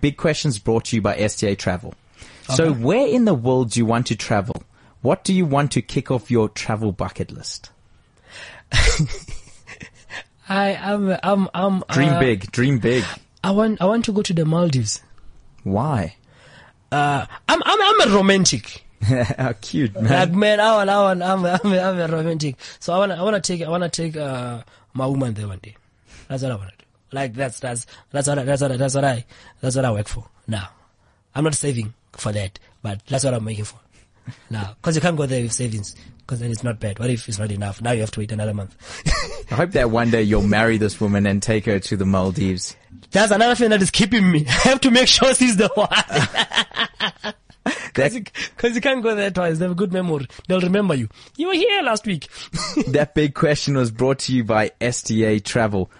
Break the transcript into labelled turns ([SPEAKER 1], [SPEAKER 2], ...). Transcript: [SPEAKER 1] Big Questions brought to you by STA Travel. So where in the world do you want to travel? What do you want to kick off your travel bucket list?
[SPEAKER 2] I am. I'm. I'm. uh,
[SPEAKER 1] Dream big, dream big.
[SPEAKER 2] I want. I want to go to the Maldives. Uh,
[SPEAKER 1] Why?
[SPEAKER 2] I'm. I'm. I'm a romantic.
[SPEAKER 1] How cute, man.
[SPEAKER 2] Like man, I want. I want. I'm. I'm. I'm a romantic. So I want. I want to take. I want to take uh, my woman there one day. That's what I want to do. Like that's that's that's what I, that's what I, that's what I that's what I work for now. I'm not saving for that, but that's what I'm making for now. Because you can't go there with savings. Because then it's not bad. What if it's not enough? Now you have to wait another month.
[SPEAKER 1] I hope that one day you'll marry this woman and take her to the Maldives.
[SPEAKER 2] That's another thing that is keeping me. I have to make sure she's the one.
[SPEAKER 1] That,
[SPEAKER 2] Because you can't go there twice. They have a good memory. They'll remember you. You were here last week.
[SPEAKER 1] that big question was brought to you by STA Travel.